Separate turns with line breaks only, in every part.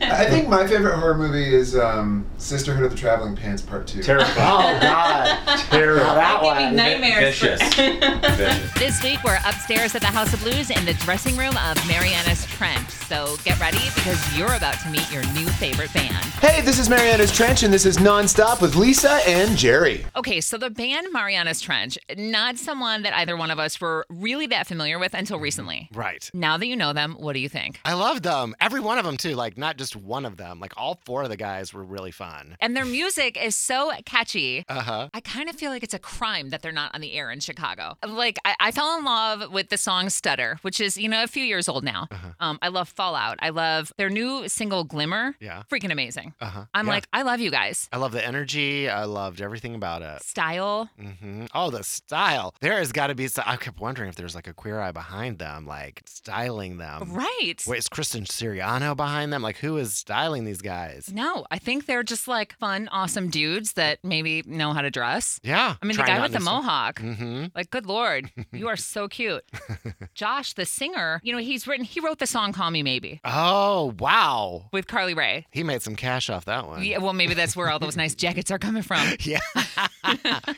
I think my favorite horror movie is um, Sisterhood of the Traveling Pants Part Two.
Terrifying.
Oh, God.
Terrible. That
Giving
one.
nightmares. for-
Vicious. Vicious.
This week, we're upstairs at the House of Blues in the dressing room of Mariana's Trench. So get ready because you're about to meet your new favorite band.
Hey, this is Mariana's Trench, and this is Nonstop with Lisa and Jerry.
Okay, so the band Mariana's Trench, not someone that either one of us were really that familiar with until recently.
Right.
Now that you know them, what do you think?
I loved them. Every one of them too. Like not just one of them. Like all four of the guys were really fun.
And their music is so catchy.
Uh huh.
I kind of feel like it's a crime that they're not on the air in Chicago. Like, I, I fell in love with the song Stutter, which is, you know, a few years old now.
Uh-huh.
Um, I love Fallout. I love their new single Glimmer.
Yeah.
Freaking amazing.
Uh huh.
I'm like, I love you guys.
I love the energy. I loved everything about it.
Style.
hmm Oh, the style. There has got to be. I kept wondering if there's like a queer eye behind them, like styling them.
Right.
Wait, is Kristen Siriano behind them? Like, who is styling these guys?
No, I think they're just like fun, awesome dudes that maybe know how to dress.
Yeah.
I mean, the guy with the mohawk.
Mm-hmm.
Like, good lord, you are so cute. Josh, the singer, you know, he's written, he wrote the song "Call Me Maybe"
Oh wow.
with Carly Rae.
He made some cash off that one.
Yeah, well, maybe that's where all those nice jackets are coming from.
Yeah.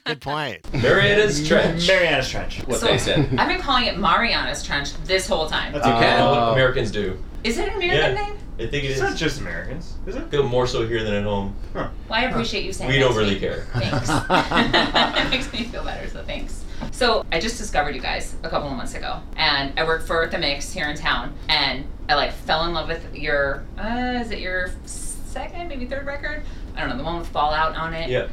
Good point.
Mariana's trench.
Mariana's Trench.
what
So-
they said.
I've been calling it Mariana's Trench this whole time.
You can. what Americans do.
Is it an
American Yeah. name? I think it
It's
is.
not Uh, just Americans, is it?
I feel more so here than at home.
Well, I appreciate you saying
We
that
don't
to
really
me.
care.
Thanks. that makes me feel better, so thanks. So I just discovered you guys a couple of months ago, and I work for The Mix here in town, and I like fell in love with your, uh, is it your second, maybe third record? I don't know, the one with Fallout on it.
Yeah.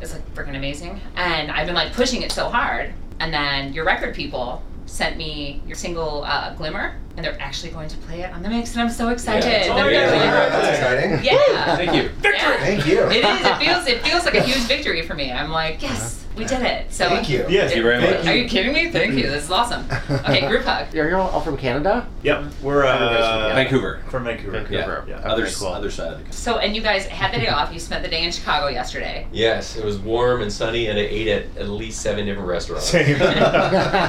It's like freaking amazing. And I've been like pushing it so hard, and then your record people sent me your single uh, Glimmer, and they're actually going to play it on The Mix, and I'm so excited.
Yeah.
They're
Oh,
gonna
yeah.
play it.
That's exciting.
Yeah.
Thank you.
Yeah.
Thank you.
It is. It feels. It feels like a huge victory for me. I'm like, yes, we did it. So
Uh-huh. Thank you.
Yes,
Thank you very
thank
much. Mm-hmm.
Are you kidding me? Thank you. This is awesome. Okay, group hug.
You're you're all from Canada?
Yep, we're uh,
Vancouver.
From Vancouver.
Vancouver.
Yeah.
Okay,
Yeah.
Other-
Other.
Others- cool. other
side of the
So, and you guys had the day off. You spent the day in Chicago yesterday.
Yes, it was warm and sunny, and I ate at at least seven different restaurants.
Same.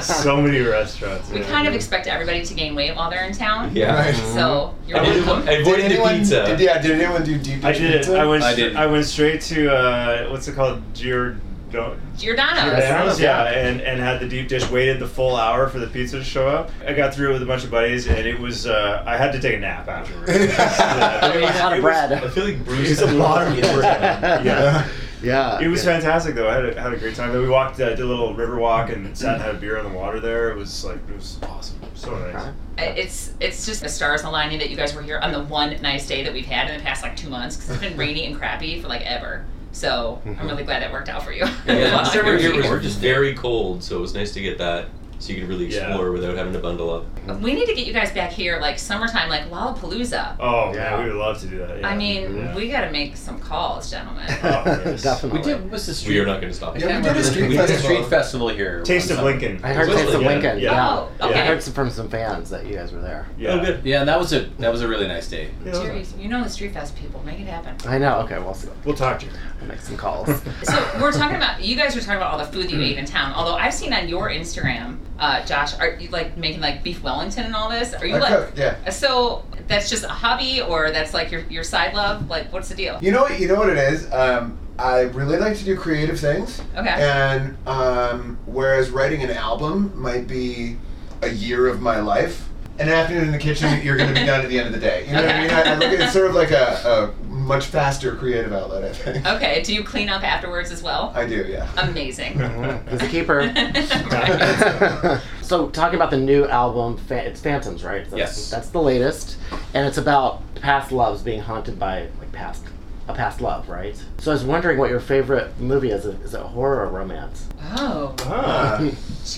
so many restaurants.
We
yeah.
kind of expect everybody to gain weight while they're in town.
Yeah.
Right.
So you're
I, uh, did,
welcome.
I
Did
avoided the
anyone?
pizza.
Did, yeah. Did anyone do deep dish
I did it.
pizza?
I went.
I
str-
didn't.
I went straight to uh, what's it called? Giordano.
Giordano's.
Giordano's, yeah, and, and had the deep dish waited the full hour for the pizza to show up. I got through it with a bunch of buddies, and it was uh, I had to take a nap afterwards. Yeah, but it
A
was-
lot
it
of
was-
I
bread.
feel like Bruce
It's a lot of
Yeah.
Yeah.
Yeah.
It was fantastic though. I had a, had a great time. Then we walked, uh, did a little river walk, and sat and had a beer on the water there. It was like it was awesome. So nice.
I- It's it's just the stars aligning that you guys were here on the one nice day that we've had in the past like two months because it's been rainy and crappy for like ever. So I'm really glad that worked out for you.
Yeah, last time we were here it was
Gorgeous day.
very cold, so it was nice to get that, so you could really
Yeah.
explore without having to bundle up.
We need to get you guys back here like summertime, like Lollapalooza.
Oh yeah,
Yeah. Mm-hmm.
we would love to do that. yeah.
I mean,
Mm-hmm.
Yeah.
we gotta make some calls, gentlemen.
Oh, yes.
Definitely.
We did. What's the street?
We are not going to stop.
Yeah, we
it.
did a street
We did a
festival.
street festival here.
Taste of
one summer.
Lincoln.
I heard
Really?
Taste of
Yeah.
Lincoln.
Yeah.
Yeah.
Oh, okay.
I heard some, from some fans that you guys were there.
Yeah.
Oh, good.
Yeah, and that was a that was a really nice day.
Yeah, that was
Jerry,
nice.
you know the Street Fest people, make it happen.
I know. Okay, we'll see.
We'll talk to you.
I'll make some calls.
So we're talking about you guys were talking about all the food that you ate in town. Although I've seen on your Instagram, uh, Josh, are you like making like beef Wellington and all this? Are you
I
like
cook, yeah.
So that's just a hobby, or that's like your your side love? Like, what's the deal?
You know what? You know what it is. Um, I really like to do creative things.
Okay.
And um, whereas writing an album might be a year of my life, an afternoon in the kitchen, you're going to be done at the end of the day. You know what I mean? I, I look at it's sort of like a, a much faster creative outlet. I think.
Okay, do you clean up afterwards as well?
I do. Yeah.
Amazing.
He's a keeper.
Right.
so talking about the new album, Phan- it's Phantoms, right? That's,
Yes.
That's the latest, and it's about past loves being haunted by like past a past love, right? So I was wondering what your favorite movie is. Is it horror or romance?
Oh,
Ah.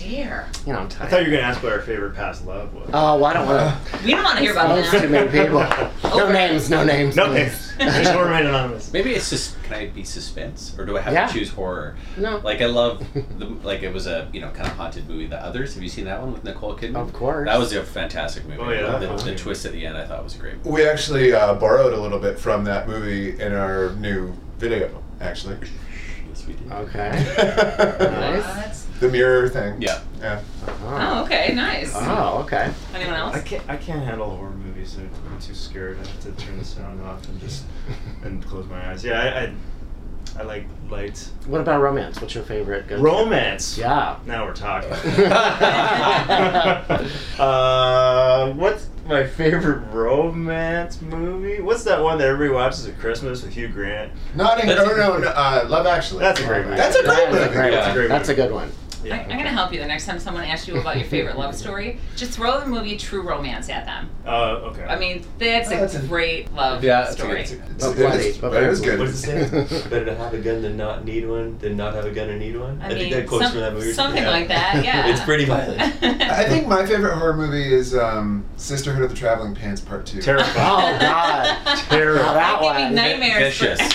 dear.
You know, I'm
I thought
tired.
you were gonna ask what our favorite past love was.
Oh, well, I don't want
We don't want to hear
to.
about
There's too
that.
many people. No
Over.
names. No names.
no
please.
names. Just want to remain anonymous.
Maybe it's just can I be suspense or do I have
Yeah.
to choose horror?
No.
Like I love the like it was a you know kind of haunted movie. The Others. Have you seen that one with Nicole Kidman?
Of course.
That was a fantastic movie.
Oh, yeah.
The, the twist at the end I thought was a great.
We actually uh, borrowed a little bit from that movie in our new video. Actually,
Yes, we
Uh,
did.
okay.
the
Oh,
Nice.
that's-
mirror thing.
Yeah.
Yeah.
Oh.
oh, okay, nice.
Oh, okay.
Anyone
I
else?
can't. I can't handle horror movies. movies. I'm I'm too scared. I have to turn the sound off and just and close my eyes. Yeah, I I, I like light.
What about romance? What's your favorite? go-to?
Romance.
Yeah.
Now we're talking.
That's
uh, what's my favorite romance movie? What's that one that everybody watches at Christmas with Hugh Grant?
Not in, no, no, no, uh, Love Actually.
That's a great movie.
That's a great
That is
movie.
a great
Yeah.
one. That's a good one.
I, I'm gonna help you the next time someone asks you about your favorite love story. Just throw the movie True Romance at them.
Uh, okay.
I mean, that's,
That's a-
a great love
Yeah, that's a
story.
good- that's a
It's-
good-
But
it
funny,
is-
but
it is
very
good.
What does it say? Better to have a gun than not need one than not have a gun and need one.
I
I,
mean,
think that quote's
some-
from that movie. or
something like that, yeah.
it's pretty violent. Uh,
I
I
think my favorite horror movie is um, Sisterhood of the Traveling Pants Part 2.
Terrifying.
Oh God.
Terrible.
Now that
Give me
one.
nightmares. for-
Vicious.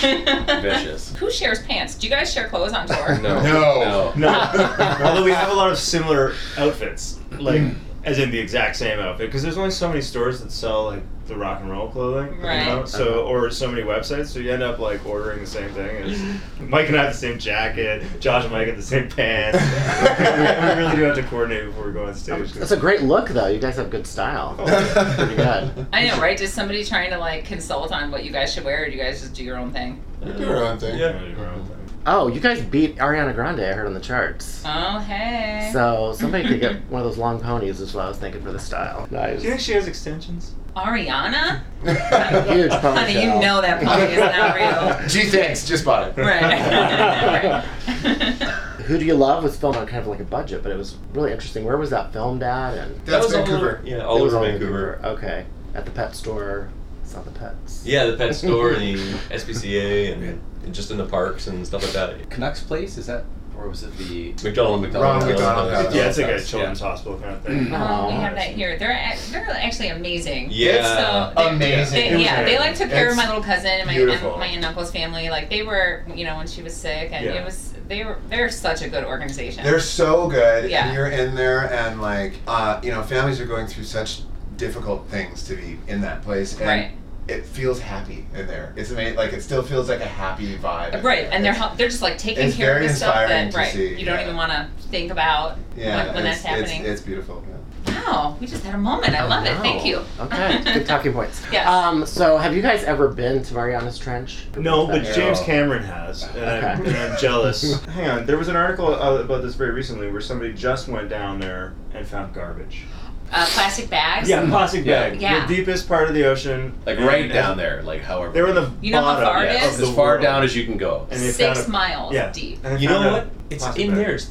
Vicious.
Who shares pants? Do you guys share clothes on tour?
No.
No.
No. Although we have a lot of similar outfits, like
Mm.
as in the exact same outfit, because there's only so many stores that sell like the rock and roll clothing, you know?
Right.
So
Uh-huh.
or so many websites, so you end up like ordering the same thing. As Mike and I have the same jacket. Josh and Mike have the same pants. we really do have to coordinate before we go on stage.
That's a great look, though. You guys have good style.
Oh.
Pretty good.
I know, right? Is somebody trying to like consult on what you guys should wear, or do you guys just do your own thing?
We do our own thing.
Yeah. Your own thing.
Oh, you guys beat Ariana Grande. I heard on the charts.
Oh hey.
So somebody could get one of those long ponies. Is what I was thinking for the style. Nice.
Do you think she has extensions?
Ariana?
Huge ponytail.
Honey, you know that pony is not real.
Gee, thanks. Just bought it.
Right.
Who Do You Love was filmed on kind of like a budget, but it was really interesting. Where was that filmed at? And
That's
was all
Vancouver.
Yeah,
It
all
was all
over
in
Vancouver.
Okay, at the pet store. It's not the pets.
Yeah, the pet store and the SPCA and, and just in the parks and stuff like that.
Canucks Place is that, or was it the?
McDonald, McDonald,
Ronald McDonald House.
Yeah, it's like a
that's-
children's hospital kind of thing.
Um, we
Oh.
have that here. They're ac- they're actually amazing.
Yeah.
So they-
Amazing.
They, yeah, they like took care of
It's
my little cousin and my
beautiful.
and my aunt and uncle's family. Like they were, you know, when she was sick, and
Yeah.
it was they were they're such a good organization.
They're so good.
Yeah.
And you're in there, and like, uh, you know, families are going through such difficult things to be in that place. And
Right.
It feels happy in there. It's amazing. Like, it still feels like a happy vibe. in
Right,
there.
and they're
It's-
help, they're just like taking
It's
care of
very
the stuff
inspiring
that
to
right
see,
you don't
yeah.
even want to think about
Yeah.
when, when
it's,
that's happening.
It's, it's beautiful. yeah.
wow, we just had a moment. I love it. Thank you.
Wow. Okay, good talking points.
Yes.
Um, so have you guys ever been to Mariana's Trench?
No, but
Yeah.
James Cameron has, and, I'm,
Okay.
and I'm jealous. Hang on, there was an article uh, about this very recently where somebody just went down there and found garbage.
Uh, plastic bags.
Yeah, plastic
Yeah.
bag,
Yeah.
the deepest part of the ocean,
Like
and-
right
and
down there, like however.
They were in the
You know how
bottom
far it
of
is?
the
as far
world.
down as you can go.
And they
Six
found a-
miles
yeah.
deep.
And they
You know
found a
what? It's
plastic
in
bag.
there. It's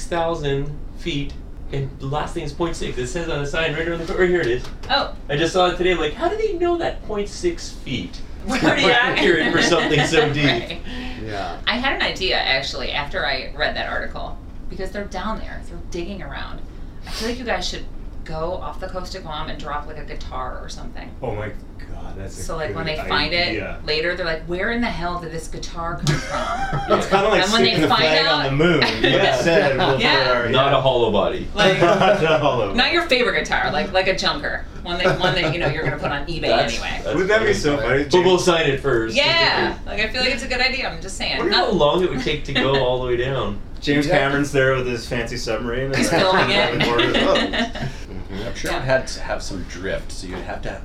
36,000 feet, and the last thing is 0.6. It says on the sign right around the corner. Here it is.
Oh,
I just saw it today. I'm like, how do they know that 0.6 feet?
Right.
Pretty accurate for something so deep.
Right.
Yeah.
I had an idea actually after I read that article because they're down there, they're digging around. I feel like you guys should go off the coast of Guam and drop like a guitar or something.
Oh my god, that's a
So like when they
good
find
idea.
it later, they're like, "Where in the hell did this guitar come from?"
It's kind of like
And when they
sticking the
find
flag
out-
on the moon. You
Yeah.
said, we'll
Yeah.
put our-
Not a hollow body.
like,
Not a hollow.
not your favorite guitar, like like a junker, one that one that you know you're gonna put on eBay
That's-
anyway.
that's
Wouldn't that be
great.
so funny?
But we'll sign it first.
yeah, like I feel like it's a good idea. I'm just saying.
I wonder how
Not-
long it would take to go all the way down.
James Cameron's there with his fancy submarine. and
He's
they're
filming
on the border. Oh.
it.
Mm-hmm.
I'm sure
Yeah.
it had to have some drift, so you'd have to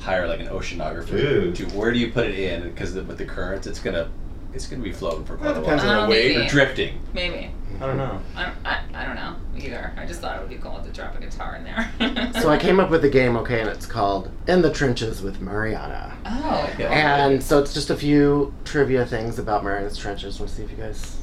hire like an oceanographer
Ooh.
to where do you put it in? Because with the currents, it's gonna it's gonna be floating for
That
quite a
depends
while.
on
Oh,
the weight.
maybe.
or-
Drifting.
Maybe.
I don't know.
I don't, I, I don't know either. I just thought it would be cool to drop a guitar in there.
So I came up with a game, okay, and it's called In the Trenches with Mariana.
Oh.
And so it's just a few trivia things about Mariana's Trenches. Want to see if you guys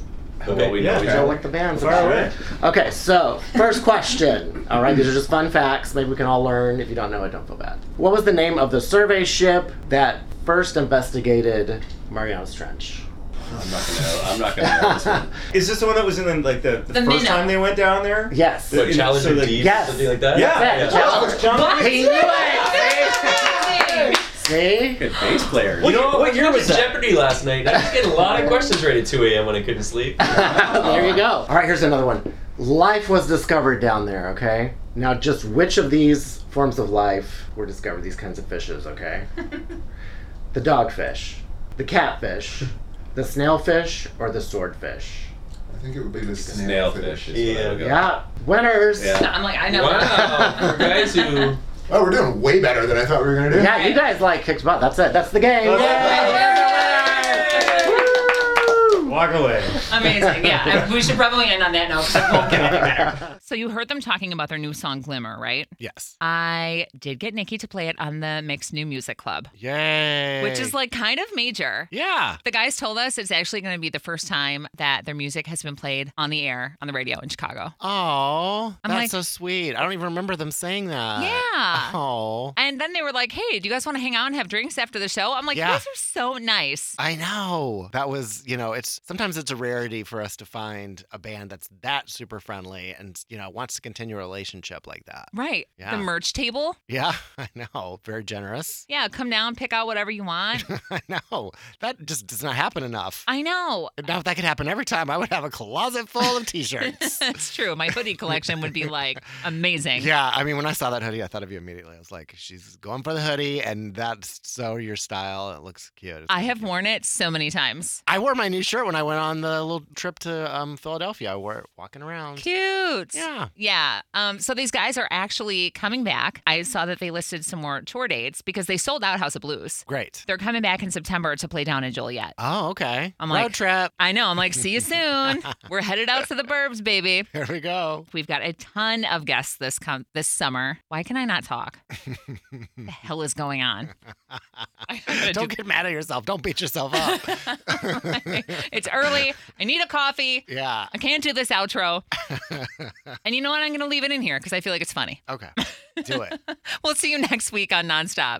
Well, we
yeah,
know each
okay.
know
other.
what the band's
Far
about.
away.
Okay, so first question. All right, these are just fun facts. Maybe we can all learn. If you don't know it, don't feel bad. What was the name of the survey ship that first investigated Mariana's Trench?
I'm not gonna. know- I'm not gonna know this one.
Is this the one that was in the, like the, the,
The
first
minnow.
time they went down there?
Yes.
The-
What, Challenger
so the-
Deep?
Yes.
Something like that?
Yeah.
That's it. Challenge-
Challenge-
He knew it! See? See?
Good bass player.
Well, you know,
what year
I
was that?
Jeopardy last night. I was getting a lot of questions right at 2 a.m. when I couldn't sleep.
there you go. All right, here's another one. Life was discovered down there, okay? Now, just which of these forms of life were discovered, these kinds of fishes, okay? the dogfish, the catfish, the snailfish, or the swordfish?
I think it would be the snailfish.
Snailfish. Is what I would go.
Yeah, winners!
Yeah.
I'm like, I know.
Wow, for guys who
Oh, we're doing way better than I thought we were gonna do.
Yeah, you guys like kicked butt. That's it. That's the game. Yay! Woo!
Walk away.
Amazing. Yeah, I- we should probably end on that note because it won't get any better. So you heard them talking about their new song Glimmer, right?
Yes.
I did get Nikki to play it on the Mixed New Music Club,
Yay.
which is like kind of major.
Yeah.
The guys told us it's actually going to be the first time that their music has been played on the air on the radio in Chicago.
Oh,
I'm
that's
like-
so sweet. I don't even remember them saying that.
Yeah.
Oh,
And then they were like, "Hey, do you guys want to hang out and have drinks after the show?" I'm like,
Yeah.
"You guys are so nice."
I know. That was, you know, it's sometimes it's a rarity for us to find a band that's that super friendly and, you know, wants to continue a relationship like that.
Right.
Yeah.
The merch table.
Yeah, I know. Very generous.
Yeah, come down, pick out whatever you want.
I know. That just does not happen enough.
I know.
now, if that could happen every time, I would have a closet full of t shirts.
It's true. My hoodie collection would be like amazing.
Yeah, I mean, when I saw that hoodie, I thought of you immediately. I was like, she's going for the hoodie, and that's so your style. It looks cute. It's
I
really
have
cute.
worn it so many times.
I wore my new shirt when I went on the little trip to um, Philadelphia. I wore it walking around.
Cute.
Yeah.
Yeah. Um, so these guys are actually coming back. I saw that they listed some more tour dates because they sold out House of Blues.
Great.
They're coming back in September to play down in Joliet.
Oh, okay.
I'm
Road
like-
trip.
I know. I'm like, see you soon. We're headed out to the burbs, baby.
Here we go.
We've got a ton of guests this com- this summer. Why can I not talk? the hell is going on? I gotta
Don't
do-
get mad at yourself. Don't beat yourself up.
it's early. I need a coffee.
yeah.
I can't do this outro. and you know what? I'm going to leave it in here because I feel like it's funny.
Okay. Do it.
We'll see you next week on Nonstop.